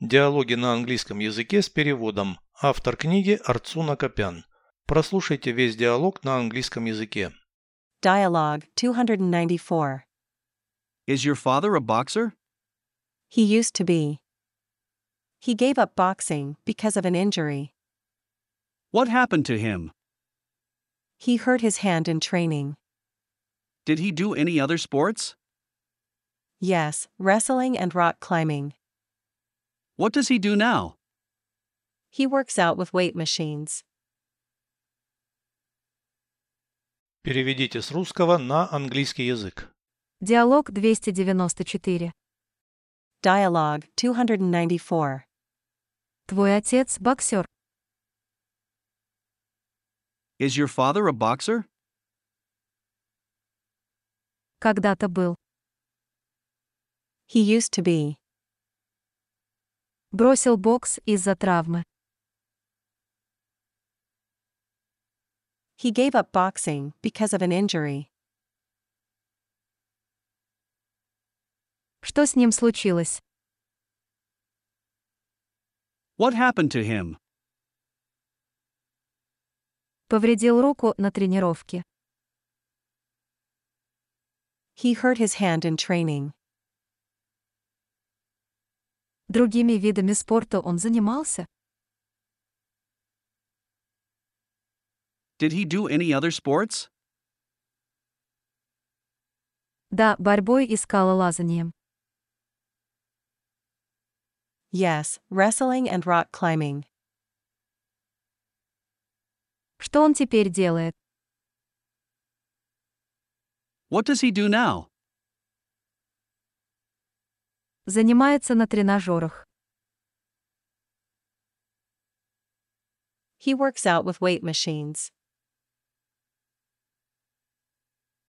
Диалоги на английском языке с переводом. Автор книги Арцуна Копян. Прослушайте весь диалог на английском языке. Dialogue 294. Is your father a boxer? He used to be. He gave up boxing because of an injury. What happened to him? He hurt his hand in training. Did he do any other sports? Yes, wrestling and rock climbing. What does he do now? He works out with weight machines. Переведите с русского на английский язык. Диалог 294. Dialogue 294. Твой отец – боксер. Is your father a boxer? Когда-то был. He used to be. Бросил бокс из-за травмы. He gave up boxing because of an injury. Что с ним случилось? What happened to him? Повредил руку на тренировке. He hurt his hand in training. Другими видами спорта он занимался? Did he do any other sports? Да, борьбой и скалолазанием. Yes, wrestling and rock climbing. Что он теперь делает? What does he do now? Занимается на тренажерах. He works out with weight machines.